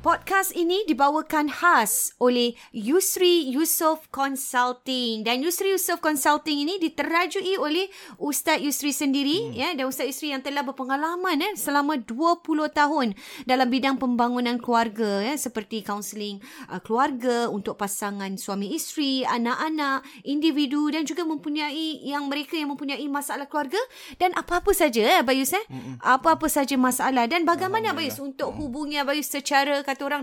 Podcast ini dibawakan khas oleh Yusri Yusof Consulting dan Yusri Yusof Consulting ini diterajui oleh Ustaz Yusri sendiri hmm. ya dan Ustaz Yusri yang telah berpengalaman ya selama 20 tahun dalam bidang pembangunan keluarga ya seperti kaunseling uh, keluarga untuk pasangan suami isteri, anak-anak, individu dan juga mempunyai yang mereka yang mempunyai masalah keluarga dan apa-apa saja ya Bayus eh hmm. apa-apa saja masalah dan bagaimana Bayus untuk hubungi Bayus secara kata orang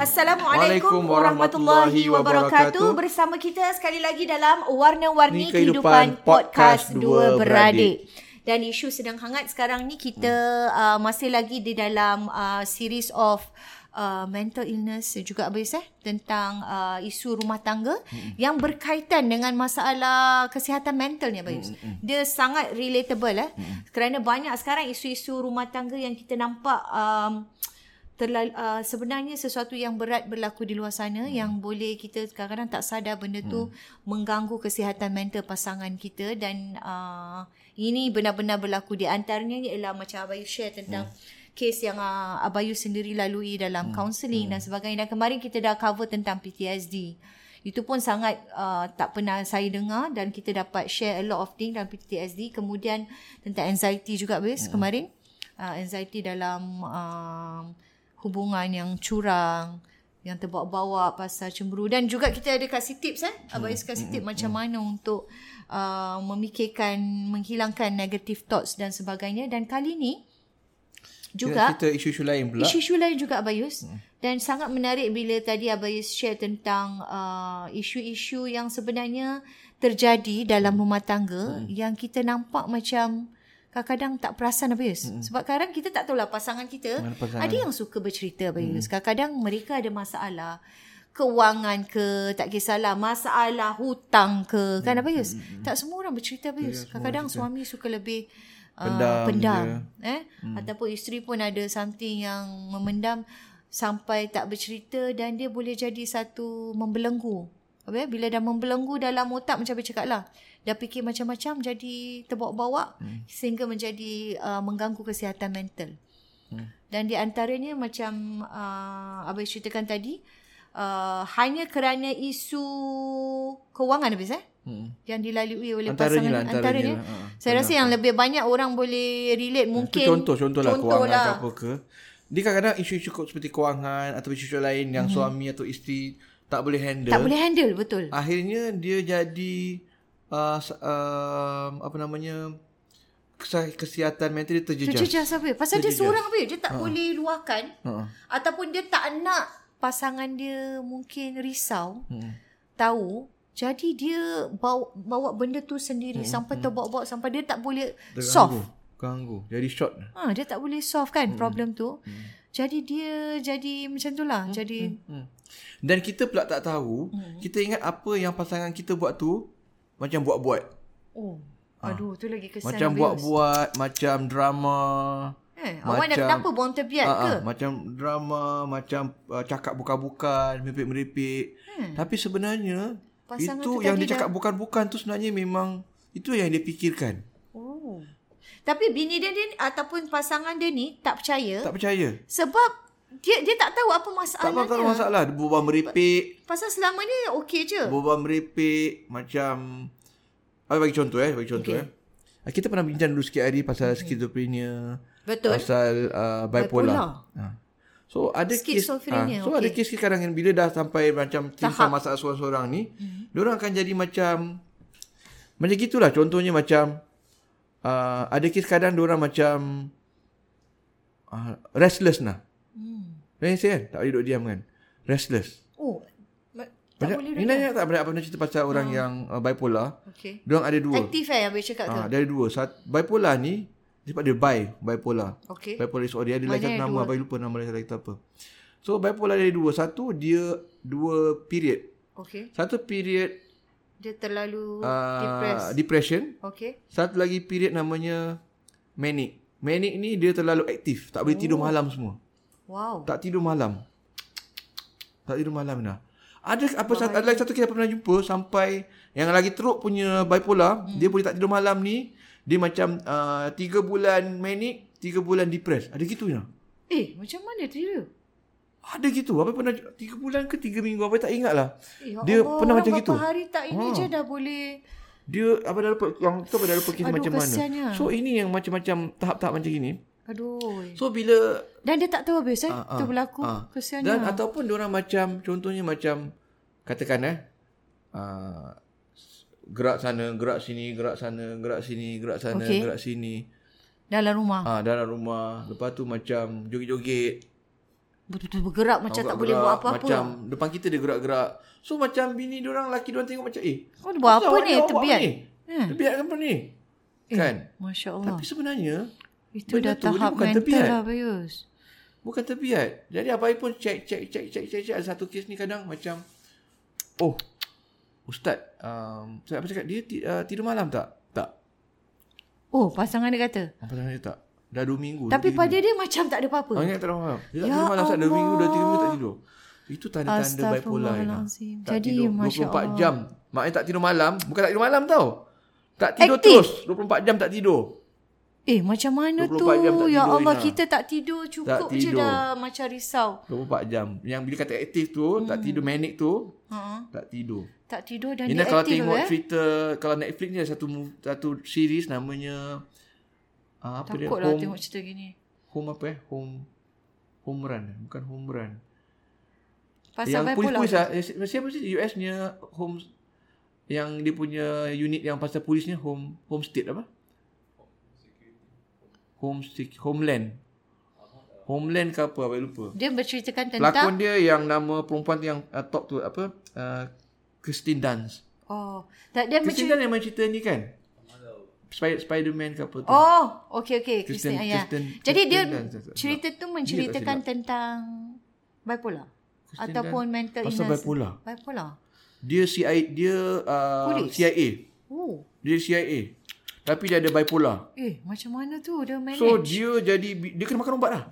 Assalamualaikum warahmatullahi wabarakatuh. Bersama kita sekali lagi dalam Warna-Warni Kehidupan, Kehidupan Podcast Dua Beradik. Dan isu sedang hangat sekarang ni kita uh, masih lagi di dalam uh, series of uh, mental illness juga Abis eh tentang uh, isu rumah tangga hmm. yang berkaitan dengan masalah kesihatan mental ni Abis. Hmm. Dia sangat relatable eh hmm. kerana banyak sekarang isu-isu rumah tangga yang kita nampak um, terlalu, uh, sebenarnya sesuatu yang berat berlaku di luar sana hmm. yang boleh kita kadang-kadang tak sadar benda tu hmm. mengganggu kesihatan mental pasangan kita dan uh, ini benar-benar berlaku di antaranya ialah macam Abayu share tentang hmm. kes yang uh, Abayu sendiri lalui dalam hmm. kaunseling hmm. dan sebagainya dan kemarin kita dah cover tentang PTSD. Itu pun sangat uh, tak pernah saya dengar dan kita dapat share a lot of thing dalam PTSD kemudian tentang anxiety juga bes hmm. kemarin uh, anxiety dalam uh, hubungan yang curang yang terbawa-bawa pasal cemburu dan juga kita ada kasih tips eh hmm. abang Is kasih tips hmm. macam mana untuk uh, memikirkan menghilangkan negative thoughts dan sebagainya dan kali ni juga kita isu-isu lain pula isu-isu lain juga Abayus hmm. dan sangat menarik bila tadi Abayus share tentang uh, isu-isu yang sebenarnya terjadi dalam rumah tangga hmm. yang kita nampak macam kadang-kadang tak perasan apa Yus. Mm. Sebab kadang kita tak tahulah pasangan kita. Mana pasangan. Ada yang suka bercerita apa Yus. Mm. Kadang-kadang mereka ada masalah. Kewangan ke, tak kisahlah. Masalah hutang ke. Mm. Kan apa Yus? Mm. Tak semua orang bercerita apa Yus. Yeah, kadang-kadang kita. suami suka lebih pendam. Uh, pendam dia. eh? mm. Ataupun isteri pun ada something yang memendam sampai tak bercerita dan dia boleh jadi satu membelenggu. Habis bila dah membelenggu dalam otak macam saya cakap lah dah fikir macam-macam jadi terbawa-bawa hmm. sehingga menjadi uh, mengganggu kesihatan mental. Hmm. Dan di antaranya macam uh, abang ceritakan tadi uh, hanya kerana isu kewangan habis eh hmm. yang dilalui oleh antaranya pasangan lah, antaranya. antaranya lah. Ha, saya rasa yang lebih banyak orang boleh relate mungkin Itu contoh contohlah contoh kewangan lah. apa ke. Dia kadang-kadang isu-isu seperti kewangan atau isu-isu lain yang hmm. suami atau isteri tak boleh handle. Tak boleh handle betul. Akhirnya dia jadi uh, uh, apa namanya kesihatan mental dia terjejas. Terjejas apa? Pasal terjejas. dia seorang apa? Dia tak ha. boleh luahkan ha. ataupun dia tak nak pasangan dia mungkin risau. Hmm. Tahu jadi dia bawa, bawa benda tu sendiri hmm. sampai hmm. terbawa-bawa sampai dia tak boleh Terganggu. solve. Ganggu. Jadi short. Ha, dia tak boleh solve kan hmm. problem tu. Hmm. Jadi dia jadi macam tu lah. Hmm. Jadi hmm. Hmm. Dan kita pula tak tahu, hmm. kita ingat apa yang pasangan kita buat tu macam buat-buat. Oh. Ha. Aduh, tu lagi kesan. Hmm. Ah. Macam abuse. buat-buat, macam drama. Eh, macam, awak dah kenapa buang terbiat ha, ke? Ha, macam drama, macam uh, cakap bukan-bukan, meripik-meripik. Hmm. Tapi sebenarnya, Pasangan itu yang dia cakap dah... bukan-bukan tu sebenarnya memang, itu yang dia fikirkan. Oh. Tapi bini dia, dia ataupun pasangan dia ni tak percaya. Tak percaya. Sebab dia dia tak tahu apa masalahnya. Tak tahu masalah. Dia berubah merepek. Pasal selama ni okey je. Berubah merepek. Macam Apa bagi contoh eh, bagi contoh okay. eh. Ah, Kita pernah bincang dulu sikit hari pasal okay. schizophrenia, Betul. pasal uh, bipolar. bipolar. Ha. So ada kes ha, Schizophrenia, so ada okey. kes kadang yang bila dah sampai macam Tahap. timsah masalah seorang-seorang ni, hmm. diorang akan jadi macam macam gitulah contohnya macam uh, ada kes kadang diorang macam uh, restless lah. Hmm. Lain saya kan? Tak boleh duduk diam kan? Restless. Oh, ma- tak Banyak, boleh ni banyak tak banyak pernah cerita pasal orang yang uh, bipolar. Okay. Diorang ada dua. Aktif eh yang boleh cakap tu. Ah, dari dua. Sat, bipolar ni sebab dia bi, bipolar. Okay. Bipolar disorder dia ada Mana lagi satu yang nama dua? apa lupa nama dia lagi apa. So bipolar dari dua. Satu dia dua period. Okay. Satu period Dia terlalu uh, Oh, depressed. depression, Okay. satu lagi period namanya manic. Manic ni dia terlalu aktif, tak boleh tidur Oh. malam semua. Wow. Tak tidur malam. Tak tidur malam dah. Ada apa satu, ada lagi satu kita pernah jumpa sampai yang lagi teruk punya bipolar, hmm. dia boleh tak tidur malam ni, dia macam uh, 3 bulan manic, 3 bulan depressed. Ada gitu ya? Eh, macam mana tu dia? Ada gitu. Apa pernah 3 bulan ke 3 minggu apa tak ingat lah. Eh, ya Dia Allah, pernah orang macam berapa gitu. hari tak ini ha. je dah boleh. Dia apa dah lupa yang tu apa dah lupa kes Aduh, macam kesiannya. mana. So ini yang macam-macam tahap-tahap macam ini. Aduh. So bila Dan dia tak tahu habis eh. Ah, tu ah, berlaku. ah. Kesiannya. Dan ataupun orang macam contohnya macam katakan eh uh, gerak sana, gerak sini, gerak sana, gerak sini, gerak sana, Okey. okay. gerak sini. Dalam rumah. Ah uh, dalam rumah, lepas tu macam joget-joget. Betul-betul bergerak macam tak boleh gerak-gerak, buat apa-apa. Macam depan kita dia gerak-gerak. So macam bini dia orang lelaki dia orang tengok macam eh. Kau Oh, buat kenapa apa orang ni? awak buat Terbiat. ni? Hmm. Terbiat kan apa ni? Kan? Masya Allah. Tapi sebenarnya Itu benda dah tu, dia tahap bukan mental terbiat. lah Bayus. Bukan terbiat. Jadi abai pun cek cek cek cek cek cek ada satu kes ni kadang macam oh ustaz um, saya apa cakap dia ti, uh, tidur malam tak? Tak. Oh, pasangan dia kata. Apa tanya dia tak? Dah dua minggu. Tapi pada dia macam tak ada apa-apa. orang ingat tak tahu malam. Dia Ya tak tidur malam ustaz dah dua minggu dah tiga minggu tak Allah. tidur. Itu tanda-tanda bipolar ni. Astaghfirullahalazim. Tak Jadi, tidur Masya 24 Allah. jam. Maknanya tak tidur malam, bukan tak tidur malam tau. Tak tidur Aktif. terus 24 jam tak tidur. Eh, macam mana tu? 24 jam Ya tak tidur, Allah, Ina. kita tak tidur. Cukup Tak je tidur. dah macam risau. 24 jam. Yang bila kata aktif tu, tak Hmm. tidur manic tu, Ha-ha. tak tidur. Tak tidur dan Ina dia kalau aktif tengok eh. cerita kalau Netflix ni ada satu mov- satu series namanya uh, apa Takut dia lah home tengok cerita gini. home apa eh home home run eh? bukan home run Pasal yang bipolar. polis-polis lah eh, si- siapa sih US nya home yang dia punya unit yang pasal polisnya home home state apa home sec- homeland homeland ke apa abang lupa Dia berceritakan tentang pelakon dia yang nama perempuan tu yang uh, top tu apa uh, Christine Dunst Oh, tak dia Christine bercerita Dunst yang main cerita ni kan? Spider Spider-Man ke apa tu? Oh, okey okey, Kristen Kristen- Ayah. Kristen- Jadi dia Kristen Dunst. cerita tu menceritakan tentang bipolar Kristen ataupun mental Pasal illness. bipolar. Bipolar. Dia CIA dia uh, Polis. CIA. Oh, Dia CIA. Tapi dia ada bipolar. eh macam mana tu dia manage? So dia jadi dia kena makan ubat lah.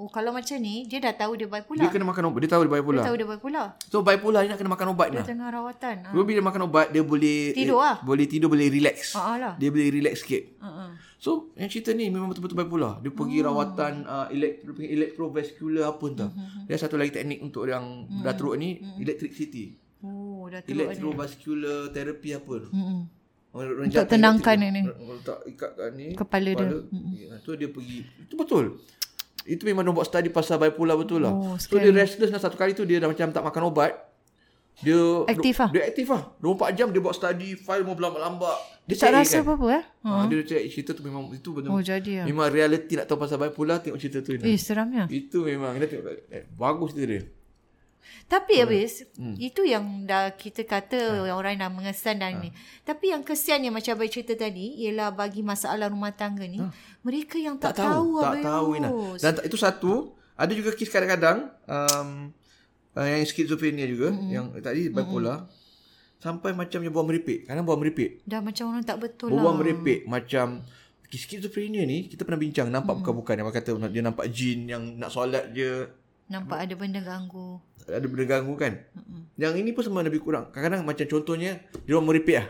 oh, kalau macam ni dia dah tahu dia Dia bipolar. Dia, kena lah. makan ubat. Dia tahu dia bipolar. tahu dia bipolar. So bipolar ni nak kena makan ubat Dia lah. tengah rawatan. Ha. So bila makan ubat dia boleh Tidur lah. Boleh tidur, boleh relax. Ha ah lah. Dia boleh relax sikit. Ha ah. So yang cerita ni memang betul-betul bipolar. Dia pergi Oh. rawatan uh, elektro, elektrovascular apa entah. Mm-hmm. Dia satu lagi teknik untuk yang dah teruk ni electricity. Oh, dah teruk ni. Elektrovascular therapy apa tu. Hmm. Orang, orang Untuk jatuh tenangkan elektrik- ni. orang Letak ikat kat ni. Kepala dia. Ya, tu dia pergi. Itu betul. Itu memang dia buat study pasal bipolar betul lah. Oh, so dia restless lah satu kali tu dia dah macam tak makan ubat. Dia Aktif lah. Dia aktif lah. 24 jam dia buat study, file mau berlambak-lambak. Dia Tak CIA rasa apa-apa eh? Ha, dia cakap cerita tu memang itu betul. Oh, jadi ah. Memang reality nak tahu pasal bipolar tengok cerita Eh, tu. Ina. seramnya. Itu memang kita tengok eh, bagus cerita dia. Tapi habis Hmm. itu yang dah kita Ha. kata yang orang dah mengesan dan ni. Tapi yang kesiannya macam abang cerita tadi ialah bagi masalah rumah tangga ni mereka yang tak, tahu, Ha. tak Abang tahu Ina. Yus. Dan tak- itu satu, ada juga kes kadang-kadang um, uh, yang skizofrenia juga mm-hmm. yang tadi bipolar mm-hmm. sampai macam dia buang meripik. Kadang buang meripik. Dah macam orang tak betul lah. Buang meripik macam okay, skizofrenia ni kita pernah bincang nampak mm-hmm. bukan-bukan yang kata dia nampak jin yang nak solat je Nampak ada benda ganggu. ada benda ganggu kan. Mm-hmm. Yang ini pun sebenarnya lebih kurang. Kadang-kadang macam contohnya dia orang meripik lah.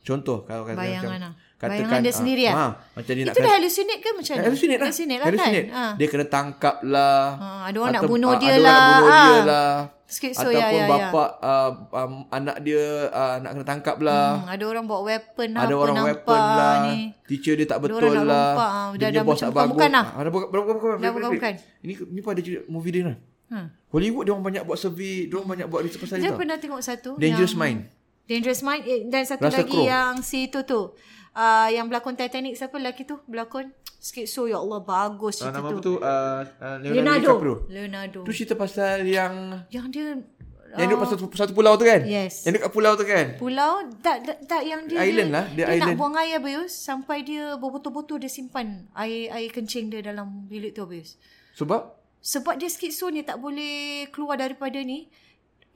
Contoh kalau kata Bayangan macam lah. Bayangan dia ah, sendiri lah. ah, macam dia nak Itu dah hallucinate ke macam mana? Hallucinate lah. Hallucinate lah Hallucinate. kan? Ha. Dia kena tangkap lah. Ha, ada orang nak Atau- bunuh ah, dia ada orang nak lah. bunuh dia Ah. lah. Sikit so, ya, ya, Ataupun ya. bapak ah, um, anak dia ah, nak kena tangkap lah. Hmm, ada orang bawa weapon lah. Ada apa orang nampak weapon lah. Ni. Teacher dia tak orang betul nak lah. rompak, ah. Dia Dah- punya dah bos macam tak bukan-bukan lah. bagus. Ah, Dah bukan bukan. Dah bukan-bukan. Ini ni pun ada cerita movie dia lah. Ha. Hollywood dia orang banyak buat survey, dia orang banyak buat research pasal Saya dia. tau. pernah tengok satu. Dangerous yang, Mind. Dangerous Mind. Eh, dan satu Russell lagi Crowe. yang si tu tu. Uh, yang berlakon Titanic. Siapa lelaki tu? Berlakon. Sikit so. Ya Allah. Bagus cerita Ah, Nama apa tu. tu? Ah, ah, Leonardo Leonardo. DiCaprio. Leonardo. Tu cerita pasal yang Yang dia... Yang duduk pasal satu pulau tu kan? Yes. Yang dekat pulau tu kan? Pulau tak tak, tak yang dia Island dia, lah, dia dia island. nak buang air Abayus sampai dia berbotol-botol dia simpan air air kencing dia dalam bilik tu Abayus. Sebab Sebab dia skizofren dia tak boleh keluar daripada ni.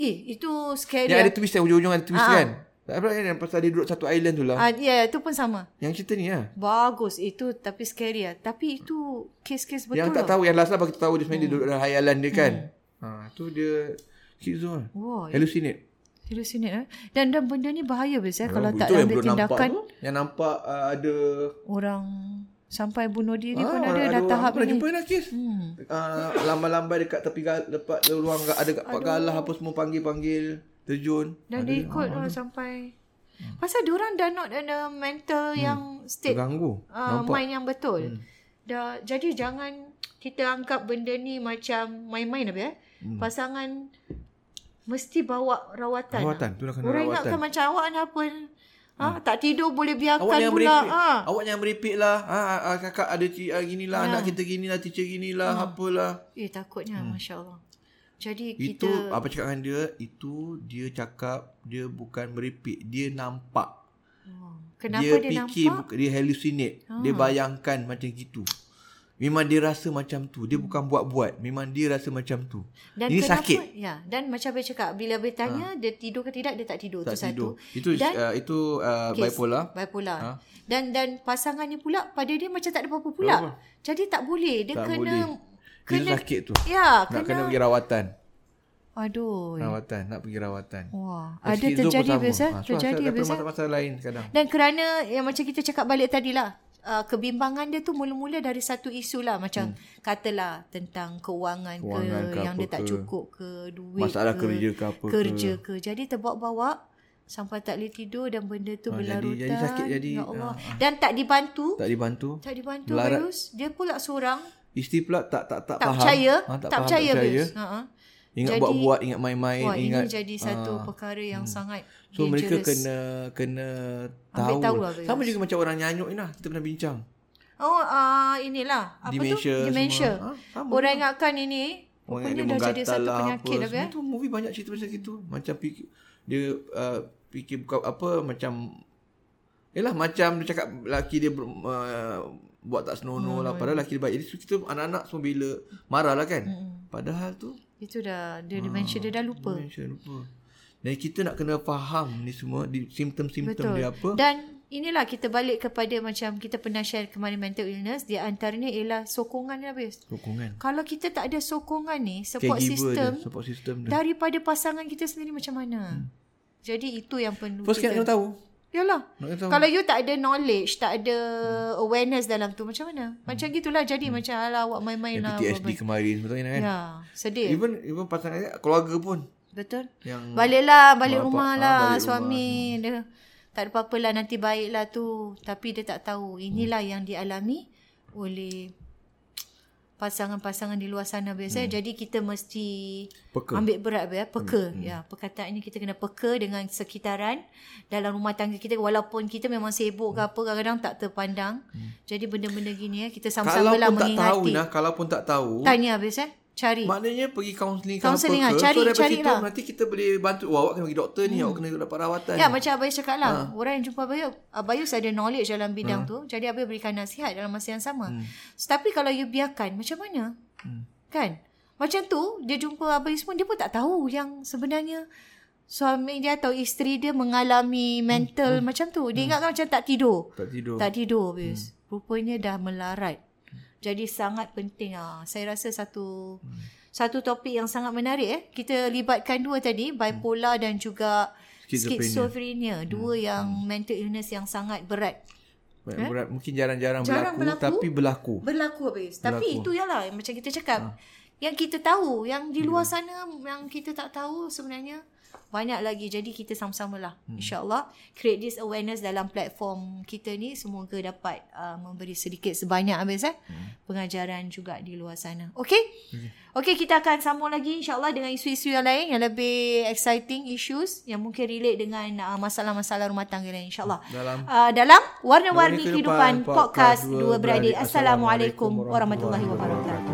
Eh itu scary. yang ada ah. twist yang ujung-ujung ada twist Ah. kan? Tak apa kan yang pasal dia duduk satu island tu lah. ah ya itu pun sama. Yang cerita ni lah. Bagus itu tapi scary ah. Tapi itu kes-kes betul. Yang tak tau. tahu, yang last lah bagi tahu dia sebenarnya Hmm. dia duduk dalam hayalan dia kan? Ha, tu dia schizo lah. Wah, Hallucinate. hallucinate eh. Dan dan benda ni bahaya biasa eh, kalau Itu tak yang ambil belum nampak tindakan tu. Yang nampak ah, ada... orang sampai bunuh diri pun Ah, ada, dah orang- tahap aku pernah ni. jumpa lah kes. Hmm. lambai-lambai dekat tepi gal, lepak ruang ga- ada kat pak galah apa semua panggil-panggil. Terjun. Dan dia ikut lah sampai Pasal diorang dah not in a mental Hmm. yang state Terganggu. uh, mind yang betul. Hmm. Dah jadi jangan kita anggap benda ni macam main-main apa ya. Hmm. Pasangan mesti bawa rawatan. Rawatan. Tu lah kena Orang rawatan. Hmm. ingatkan macam awak ni apa? Ha, tak tidur boleh biarkan Awak jangan pula. merepek. Ha. Ha. Awak jangan merepek lah. Ha, ha, ha, kakak ada ci, ha, gini Ya. lah. Ha. Anak kita gini lah. Teacher gini lah. Ha. Apalah. Eh takutnya masya-Allah. Jadi Hmm. Itu kita apa cakap dengan dia. Itu dia cakap dia bukan merepek. Dia nampak. Oh, kenapa dia, dia, fikir. nampak? Ah. buka- Dia hallucinate. Ha. Dia bayangkan macam gitu. Memang dia rasa macam tu. Dia bukan buat-buat. Memang dia rasa macam tu. Dan Ini kenapa, sakit. Ha. Ya, dan macam saya cakap bila bertanya dia tidur ke tidak dia tak tidur tu Tak satu. tidur. Itu Dan- uh, itu uh, Kes, bipolar. Bipolar. Ha. Ha? Dan dan pasangannya pula pada dia macam tak ada apa-apa pula. Tak apa. Jadi tak boleh dia Tak kena boleh. Kena, itu sakit tu. Ya, kena, Nak kena pergi rawatan. Aduh. Rawatan. Nak pergi rawatan. Wah, Dan ada schizo pun terjadi sama. biasa, Ah, tu terjadi pasal- biasa. Pasal-pasal lain kadang. Dan kerana yang macam kita cakap balik tadi lah. Uh, kebimbangan dia tu mula-mula dari satu isu lah macam hmm. katalah tentang keuangan, Kewangan ke, ke yang dia apa tak ke. cukup ke duit Masalah ke, kerja ke apa ke. kerja ke. jadi terbawa-bawa sampai tak boleh tidur dan benda tu Ah, jadi- berlarutan jadi sakit, jadi- Ah, ya Allah dan tak dibantu Tak dibantu. Tak dibantu Melarat. Bayus. Dia pula seorang. Isteri pula tak tak Tak tak, faham. percaya. Ha, tak, percaya Bayus. Ha, ha. Ingat Jadi- buat-buat, ingat main-main, Wah, ingat. ah, Hmm. ini jadi satu perkara yang sangat So dangerous. mereka kena kena tahu. tahu lah, Bayus. Sama juga macam orang nyanyuk ni lah. Kita pernah bincang. Oh, uh, inilah. Apa Dementia tu? semua. Dementia. Ha, sama Orang ingatkan ini. Orang Rupanya dah ingat jadi Oh, menggatal satu lah, penyakit apa. dah ya. Semua tu movie banyak cerita macam gitu. Macam fikir, dia uh, fikir buka apa macam Yalah macam dia cakap laki dia ber, uh, buat tak Hmm, senonoh lah padahal laki dia baik. Jadi kita anak-anak semua bila marah lah kan. Hmm. Padahal tu Itu dah Ah, dia dementia dia dah lupa. Malaysia lupa. Dan kita nak kena faham ni semua di simptom-simptom Betul. dia apa. Dan inilah kita balik kepada macam kita pernah share kemarin mental illness. Di antaranya ialah sokongan lah Bayus. Sokongan. Kalau kita tak ada sokongan ni, support dia, system, support system dia. daripada pasangan kita sendiri macam mana. Hmm. Jadi itu yang perlu First kan kita. kena tahu. Yalah. Nak kena tahu. Kalau you tak ada knowledge, tak ada awareness dalam tu macam mana? Macam gitulah jadi macam alah awak main-main Hmm. Yang lah. PTSD awak main- kemarin sebetulnya kan. Ya, sedih. Even even pasangan dia, keluarga pun Betul. yang Baliklah, balik Bapak- rumah Hmm. ah, lah balik Hmm. suami dia. Tak ada apa-apa lah nanti baiklah tu. Tapi dia tak tahu inilah Hmm. yang dialami oleh pasangan-pasangan di luar sana biasa. Jadi kita mesti Hmm. peka. Ambil berat ya, peka. Hmm. Ya, perkataan ini kita kena peka dengan sekitaran dalam rumah tangga kita walaupun kita memang sibuk Hmm. ke apa kadang-kadang tak terpandang. Hmm. Jadi benda-benda gini ya kita Kalau sama-sama lah pun tak tahu mengingati. nah, kalau pun tak tahu, Tanya habis eh, cari. maknanya pergi kaunseling ke Kaunseling apa lah, ke. cari- so daripada cari situ lah. Hmm. nanti kita boleh bantu. Wah, awak kena pergi doktor ni, awak kena dapat rawatan. Ya, macam Abayus cakap lah. Ha. Orang yang jumpa Abayus, Abayus ada knowledge dalam bidang tu. Jadi Abayus berikan nasihat dalam masa yang sama. Hmm. Tapi kalau you biarkan, macam mana? Hmm. Kan? Macam tu, dia jumpa Abayus pun, dia pun tak tahu yang sebenarnya suami dia atau isteri dia mengalami mental hmm. macam tu. Dia ingatkan macam tak tidur. Tak tidur. Tak tidur Abayus. Hmm. Rupanya dah melarat. Jadi sangat penting ah. Saya rasa satu hmm. satu topik yang sangat menarik eh. Kita libatkan dua tadi, bipolar dan juga Schizophrenia. Schizophrenia. Dua hmm. yang mental illness yang sangat berat. Berat, berat. Mungkin jarang-jarang Jarang berlaku, berlaku. tapi berlaku. Berlaku habis. Tapi Berlaku. itu ialah yang macam kita cakap. Ha. Hmm. Yang kita tahu, yang di luar sana yang kita tak tahu sebenarnya banyak lagi. Jadi kita sama-samalah. Hmm. InsyaAllah create this awareness dalam platform kita ni semoga dapat uh, memberi sedikit sebanyak habis eh. Hmm. Pengajaran juga di luar sana. Okay? Okay, kita akan sambung lagi insyaAllah dengan isu-isu yang lain yang lebih exciting issues yang mungkin relate dengan uh, masalah-masalah rumah tangga lain insyaAllah. Dalam uh, dalam Warna-Warni Warna Kehidupan Kehidupan Podcast Podcast Dua Dua Beradik. Beradik. Assalamualaikum warahmatullahi wabarakatuh.